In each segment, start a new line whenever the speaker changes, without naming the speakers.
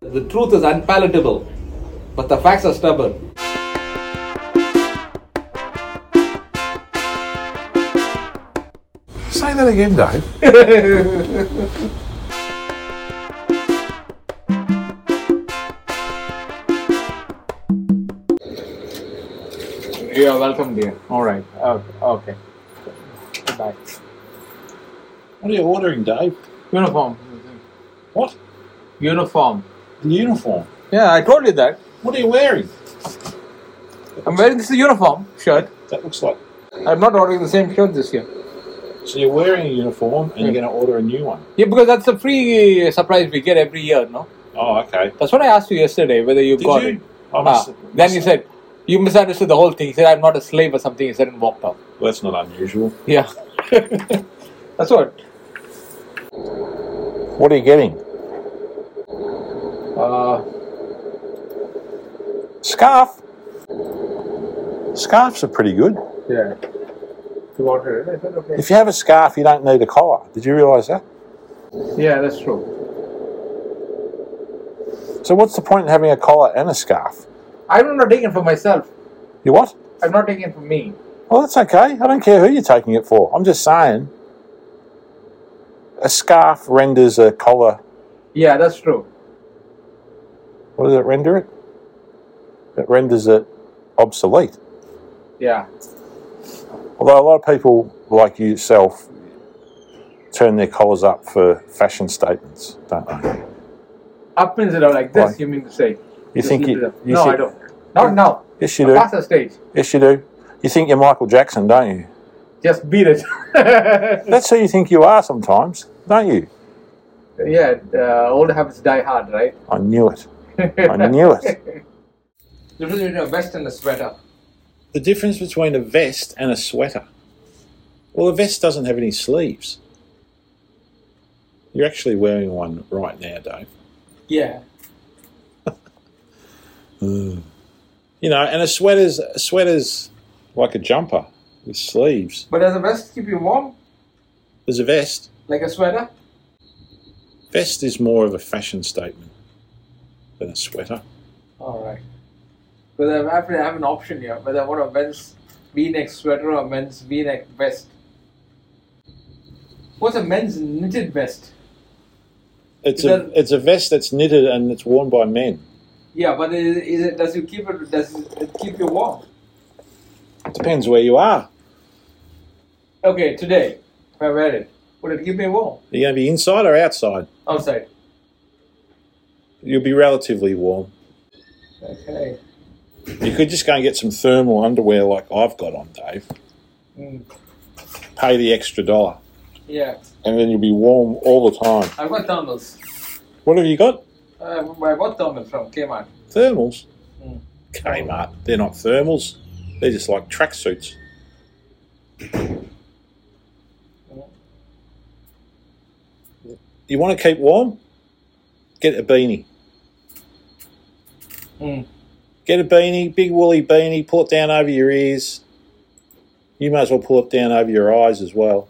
The truth is unpalatable, but the facts are stubborn.
Say that again, Dave.
You're welcome, dear. All right. Okay. okay. Goodbye.
What are you ordering, Dave?
Uniform.
What?
Uniform.
The uniform.
Yeah, I told you that.
What are you wearing?
I'm wearing this uniform shirt.
That looks like.
I'm not ordering the same shirt this year.
So you're wearing a uniform and you're going to order a new one.
Yeah, because that's a free uh, surprise we get every year, no?
Oh, okay.
That's what I asked you yesterday, whether you
Did
got
you?
it.
I
Ah,
must,
then you said, you misunderstood the whole thing. He said, I'm not a slave or something. He said, and walked off.
Well, that's not unusual.
Yeah. that's what.
What are you getting?
Uh,
Scarf. Scarves are pretty good.
yeah. You wanted it? I said, okay.
If you have a scarf, you don't need a collar. Did you realise that?
Yeah, that's true.
So what's the point in having a collar and a scarf?
I'm not taking it for myself.
You what?
I'm not taking it for me.
Well, that's okay. I don't care who you're taking it for. I'm just saying. A scarf renders a collar.
Yeah, that's true.
What does it render it? It renders it obsolete.
Yeah.
Although a lot of people, like yourself, turn their collars up for fashion statements, don't they?
Up means it are like this,
Why?
you mean to say.
You
Just
think
lift
you,
it up.
you
no,
think,
I don't. Not now.
Yes, you do.
Past the stage.
Yes, you do. You think you're Michael Jackson, don't you?
Just beat it.
That's who you think you are sometimes, don't you?
yeah, uh, old habits die hard, right?
I knew it. I knew it.
Difference between a vest and a sweater.
The difference between a vest and a sweater. Well, a vest doesn't have any sleeves. You're actually wearing one right now, Dave.
Yeah.
You know, and a sweater's a sweater's like a jumper with sleeves.
But does a vest keep you warm?
There's a vest.
Like a sweater?
Vest is more of a fashion statement than a sweater.
Alright. Whether I have, to have an option here, whether I want a men's v neck sweater or a men's v neck vest. What's a men's knitted vest?
It's
It
a
doesn't-
it's a vest that's knitted and it's worn by men.
Yeah, but is, is it, does it keep it, does it keep you warm?
It depends where you are.
Okay, today, if I wear it, would it keep me warm
Are you going to be inside or outside?
outside?
You'll be relatively warm.
Okay.
You could just go and get some thermal underwear like I've got on, Dave.
Mm.
Pay the extra dollar,
Yeah,
and then you'll be warm all the time.
I've got thermals.
What have you got?
Uh, I bought thermals from Kmart.
Thermals.
Mm.
Kmart. They're not thermals. They're just like tracksuits. You want to keep warm? Get a beanie.
Mm.
Get a beanie, big woolly beanie, pull it down over your ears. You may as well pull it down over your eyes as well.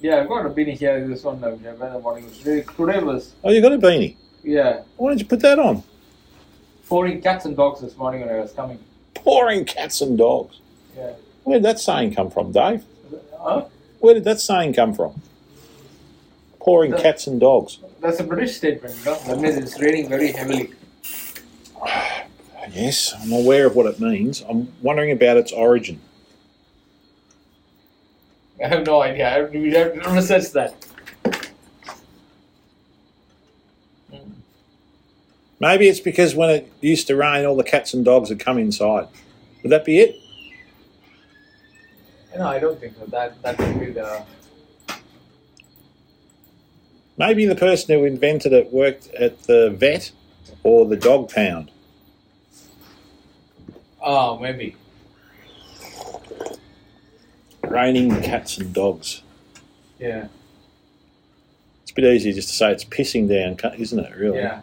Yeah, I've got a beanie here. This one uh, I've been wanting. Today today was
Oh, you got a beanie.
yeah
Why don't you put that on?
pouring cats and dogs this morning when I was coming.
Pouring cats and dogs.
Yeah.
Where did that saying come from, Dave?
Huh?
Where did that saying come from? Pouring cats and dogs.
That's a British statement. No? That means it's raining very heavily.
Yes, I'm aware of what it means. I'm wondering about its origin.
I have no idea. I have, we have to research that.
Maybe it's because when it used to rain, all the cats and dogs would come inside. Would that be it?
No, I don't think so. That that would be the
Maybe the person who invented it worked at the vet or the dog pound.
oh maybe.
Raining cats and dogs.
Yeah.
It's a bit easier just to say it's pissing down, ca- isn't it, really?
Yeah.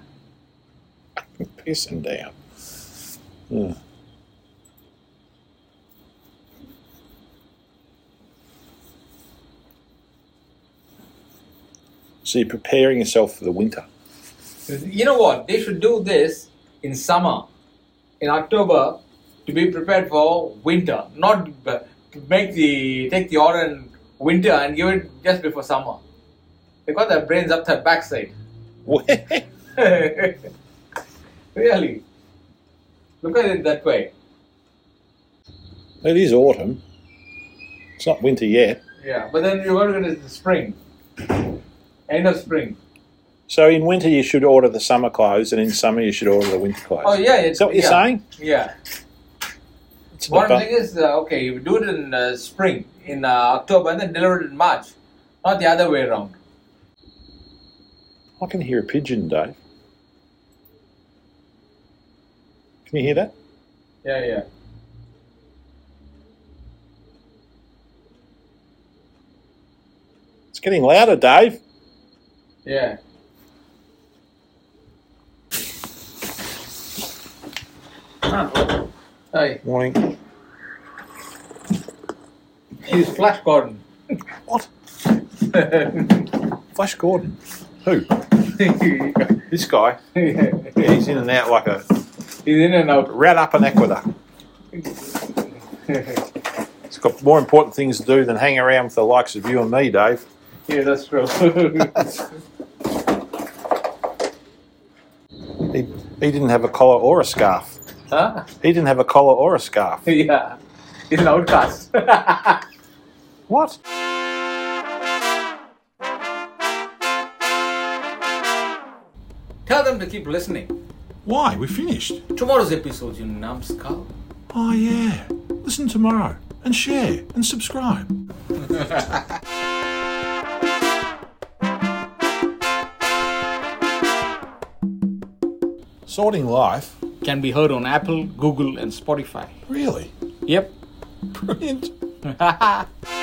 Pissing down. Yeah. So you're preparing yourself for the winter.
You know what? They should do this in summer, in October, to be prepared for winter. Not uh, to make the take the order in winter and give it just before summer. They got their brains up their backside. really, look at it that way.
it is autumn. It's not winter yet.
Yeah, but then you got to get the spring, end of spring.
So in winter you should order the summer clothes, and in summer you should order the winter clothes.
Oh yeah,
Is
it's
that what you're
yeah,
saying?
Yeah.
It's
One
not
thing is, uh, okay, you do it in uh, spring, in uh, October, and then deliver it in March, not the other way around.
I can hear a pigeon, Dave. Can you hear that?
Yeah, yeah.
It's getting louder, Dave.
Yeah. Hi.
Morning.
He's Flash Gordon.
What?
yeah.
Flash Gordon. Who? This guy.
He's
Yeah, he's in and out like a
in and out.
rat up an aqueduct. He's got more important things to do than hang around with the likes of you and me, Dave.
yeah, that's true.
He, he didn't have a collar or a scarf.
huh?
He didn't have a collar or a scarf.
Yeah. He's an outcast.
What?
Tell them to keep listening.
Why? We finished.
Tomorrow's episode, you numbskull.
Oh, yeah. Listen tomorrow and share and subscribe. Sorting life?
Can be heard on Apple, Google, and Spotify.
Really?
Yep.
Brilliant.
Bye.